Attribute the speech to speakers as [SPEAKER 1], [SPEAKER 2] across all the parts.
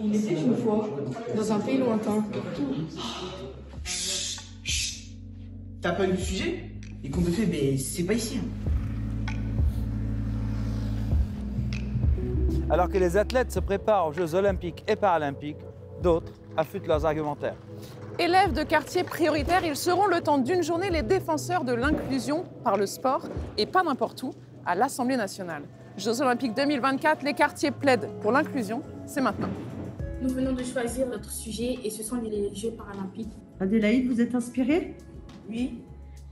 [SPEAKER 1] Il était une fois dans un pays lointain.
[SPEAKER 2] T'as pas eu le sujet Les contes de fées, mais c'est pas ici. hein.
[SPEAKER 3] Alors que les athlètes se préparent aux Jeux olympiques et paralympiques, d'autres affûtent leurs argumentaires.
[SPEAKER 4] Élèves de quartiers prioritaires, ils seront le temps d'une journée les défenseurs de l'inclusion par le sport et pas n'importe où, à l'Assemblée nationale. Jeux olympiques 2024, les quartiers plaident pour l'inclusion, c'est maintenant.
[SPEAKER 5] Nous venons de choisir notre sujet et ce sont les Jeux paralympiques.
[SPEAKER 6] Adélaïde, vous êtes inspirée
[SPEAKER 1] Oui.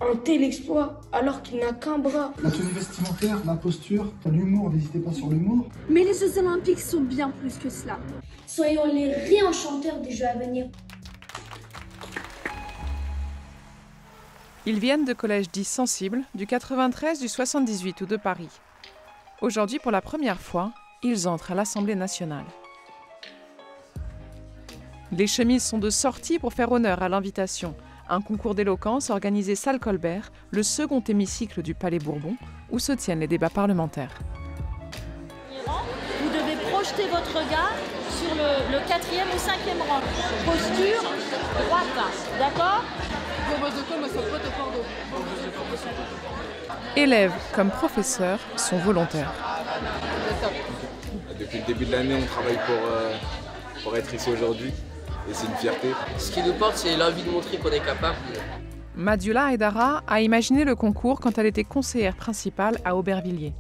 [SPEAKER 1] Un tel exploit alors qu'il n'a qu'un bras.
[SPEAKER 7] La tenue vestimentaire, la posture, ton humour, n'hésitez pas sur l'humour.
[SPEAKER 8] Mais les Jeux Olympiques sont bien plus que cela.
[SPEAKER 9] Soyons les réenchanteurs des Jeux à venir.
[SPEAKER 4] Ils viennent de collèges dits sensibles, du 93, du 78 ou de Paris. Aujourd'hui, pour la première fois, ils entrent à l'Assemblée nationale. Les chemises sont de sortie pour faire honneur à l'invitation. Un concours d'éloquence organisé salle Colbert, le second hémicycle du Palais Bourbon, où se tiennent les débats parlementaires.
[SPEAKER 10] Vous devez projeter votre regard sur le, le quatrième ou cinquième rang. Posture droite, d'accord
[SPEAKER 4] Élèves comme professeurs sont volontaires.
[SPEAKER 11] Depuis le début de l'année, on travaille pour, euh, pour être ici aujourd'hui et c'est une fierté.
[SPEAKER 12] Ce qui nous porte, c'est l'envie de montrer qu'on est capable.
[SPEAKER 4] Madula Aydara a imaginé le concours quand elle était conseillère principale à Aubervilliers.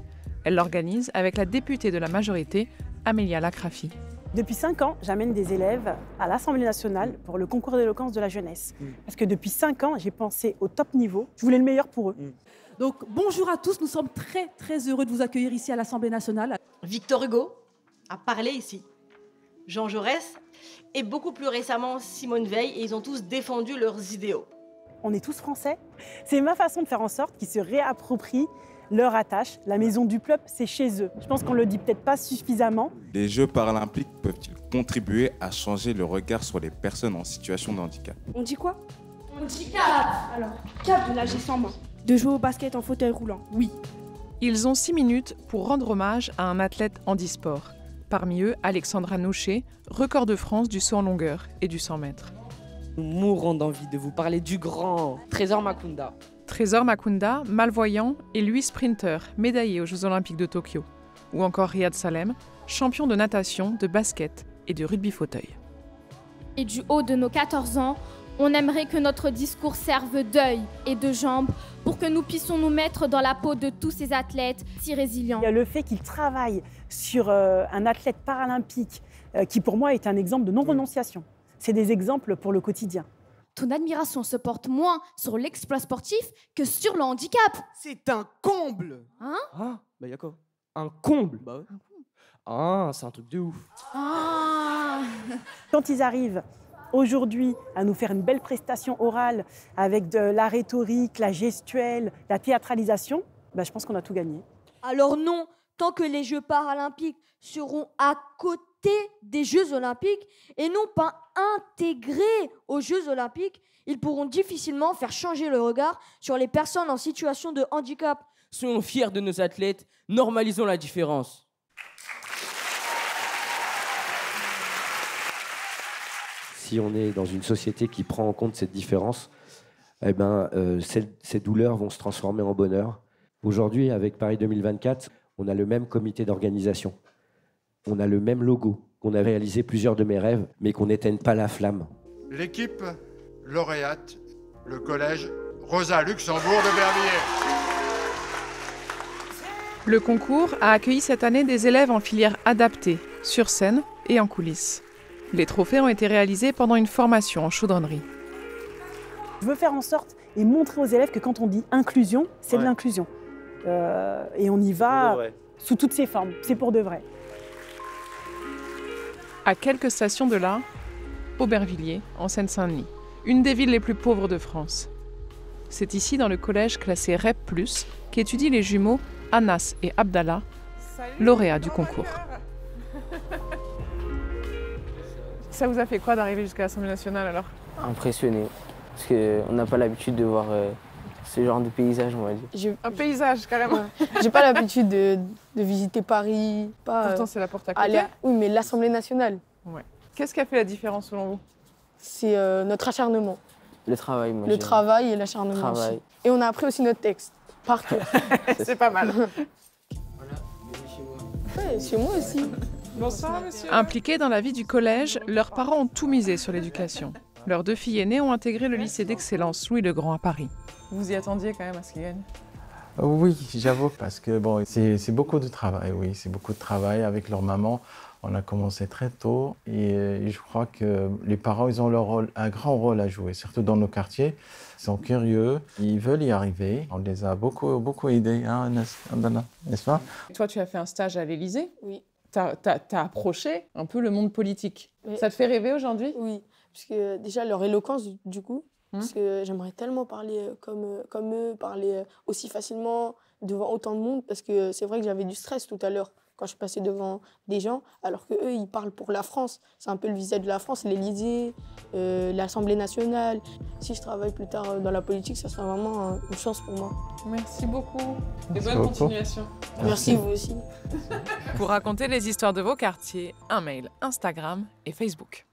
[SPEAKER 4] Elle l'organise avec la députée de la majorité, Amélia Lacrafi.
[SPEAKER 6] Depuis 5 ans, j'amène des élèves à l'Assemblée nationale pour le concours d'éloquence de la jeunesse.
[SPEAKER 8] Mm.
[SPEAKER 6] Parce que depuis 5 ans, j'ai pensé au top niveau. Je voulais le meilleur pour eux.
[SPEAKER 8] Mm. Donc bonjour à tous, nous sommes très très heureux de vous accueillir ici à l'Assemblée nationale.
[SPEAKER 10] Victor Hugo a parlé ici. Jean Jaurès et beaucoup plus récemment Simone Veil et ils ont tous défendu leurs idéaux.
[SPEAKER 6] On est tous français. C'est ma façon de faire en sorte qu'ils se réapproprient leur attache. La maison du peuple, c'est chez eux. Je pense qu'on le dit peut-être pas suffisamment.
[SPEAKER 11] Les Jeux paralympiques peuvent-ils contribuer à changer le regard sur les personnes en situation de handicap
[SPEAKER 1] On dit quoi
[SPEAKER 9] On dit cap
[SPEAKER 1] Alors, cap de nager sans main. De jouer au basket en fauteuil roulant. Oui.
[SPEAKER 4] Ils ont six minutes pour rendre hommage à un athlète handisport. Parmi eux, Alexandra Nouchet, record de France du saut en longueur et du 100 mètres.
[SPEAKER 12] Nous mourons d'envie de vous parler du
[SPEAKER 13] Oh,
[SPEAKER 12] grand Trésor Makunda.
[SPEAKER 4] Trésor Makunda, malvoyant, et lui sprinter, médaillé aux Jeux Olympiques de Tokyo. Ou encore Riyad Salem, champion de natation, de basket et de rugby fauteuil.
[SPEAKER 9] Et du haut de nos 14 ans, on aimerait que notre discours serve d'œil et de jambes pour que nous puissions nous mettre dans la peau de tous ces athlètes si résilients.
[SPEAKER 6] Il y a le fait qu'ils travaillent sur euh, un athlète paralympique euh, qui, pour moi, est un exemple de non-renonciation. C'est des exemples pour le quotidien.
[SPEAKER 9] Ton admiration se porte moins sur l'exploit sportif que sur le handicap.
[SPEAKER 2] C'est un comble
[SPEAKER 12] Ah, bah y'a quoi Un comble Bah ouais. Ah, c'est un truc de ouf.
[SPEAKER 6] Quand ils arrivent aujourd'hui à nous faire une belle prestation orale avec de la rhétorique, la gestuelle, la théâtralisation, bah, je pense qu'on a tout gagné.
[SPEAKER 8] Alors non, tant que les Jeux paralympiques seront à côté des Jeux olympiques et non pas intégrés aux Jeux olympiques, ils pourront difficilement faire changer le regard sur les personnes en situation de handicap.
[SPEAKER 12] Soyons fiers de nos athlètes, normalisons la différence.
[SPEAKER 10] Si on est dans une société qui prend en compte cette différence, eh ben, euh, ces, ces douleurs vont se transformer en bonheur. Aujourd'hui, avec Paris 2024, on a le même comité d'organisation. On a le même logo. On a réalisé plusieurs de mes rêves, mais qu'on n'éteigne pas la flamme.
[SPEAKER 7] L'équipe lauréate, le collège Rosa Luxembourg de Berlier.
[SPEAKER 4] Le concours a accueilli cette année des élèves en filière adaptée, sur scène et en coulisses. Les trophées ont été réalisés pendant une formation en chaudronnerie.
[SPEAKER 6] Je veux faire en sorte et montrer aux élèves que quand on dit inclusion, c'est de
[SPEAKER 12] Ouais.
[SPEAKER 6] l'inclusion. Euh, et on y
[SPEAKER 3] Ah,
[SPEAKER 6] va sous toutes ses formes, c'est pour de vrai.
[SPEAKER 4] À quelques stations de là, Aubervilliers, en Seine-Saint-Denis, une des villes les plus pauvres de France. C'est ici, dans le collège classé REP, qu'étudient les jumeaux Anas et Abdallah, lauréats du concours. Ça vous a fait quoi d'arriver jusqu'à l'Assemblée nationale alors
[SPEAKER 12] Impressionné, parce qu'on n'a pas l'habitude de voir euh, ce genre de paysage, on va dire.
[SPEAKER 4] Un paysage carrément.
[SPEAKER 1] J'ai pas l'habitude de, de visiter Paris, pas euh,
[SPEAKER 4] Pourtant, c'est la porte à côté.
[SPEAKER 1] aller. à- Oui, mais l'Assemblée nationale.
[SPEAKER 4] Ouais. Qu'est-ce qui a fait la différence selon vous
[SPEAKER 13] C'est euh, notre acharnement.
[SPEAKER 12] Le travail, moi.
[SPEAKER 13] le
[SPEAKER 12] je dirais.
[SPEAKER 13] travail et l'acharnement.
[SPEAKER 12] Travail.
[SPEAKER 13] aussi. Et on a appris aussi notre texte, par cœur.
[SPEAKER 4] C'est pas mal.
[SPEAKER 13] Ouais, chez moi aussi.
[SPEAKER 4] Bonsoir, monsieur. Impliqués dans la vie du collège, leurs parents ont tout misé sur l'éducation. Leurs deux filles aînées ont intégré le lycée d'excellence Louis-le-Grand à Paris. Vous y attendiez quand même à ce qu'ils gagnent
[SPEAKER 14] Oui, j'avoue, parce que bon, c'est c'est beaucoup de travail, oui, c'est beaucoup de travail avec leur maman. On a commencé très tôt et, euh, je crois que les parents, ils ont leur rôle, un grand rôle à jouer, surtout dans nos quartiers. Ils sont curieux, ils veulent y arriver. On les a beaucoup, beaucoup aidés, hein, n'est-ce Abdallah, n'est-ce pas
[SPEAKER 4] Toi, tu as fait un stage à l'Élysée
[SPEAKER 13] Oui.
[SPEAKER 4] T'as t'as- t'as approché un peu le monde politique.
[SPEAKER 13] Oui.
[SPEAKER 4] Ça te fait rêver aujourd'hui
[SPEAKER 13] Oui, parce que déjà leur éloquence, du- du coup, parce que j'aimerais tellement parler euh, comme, euh, comme eux, parler euh, aussi facilement devant autant de monde, parce que euh, c'est vrai que j'avais du stress tout à l'heure quand je passais devant des gens, alors que eux, ils parlent pour la France. C'est un peu le visage de la France, l'Élysée, euh, l'Assemblée nationale. Si je travaille plus tard euh, dans la politique, ça sera vraiment euh, une chance pour moi.
[SPEAKER 4] Merci beaucoup.
[SPEAKER 13] Et bonne beaucoup. continuation. Merci, vous aussi.
[SPEAKER 4] Pour raconter les histoires de vos quartiers, un mail Instagram et Facebook.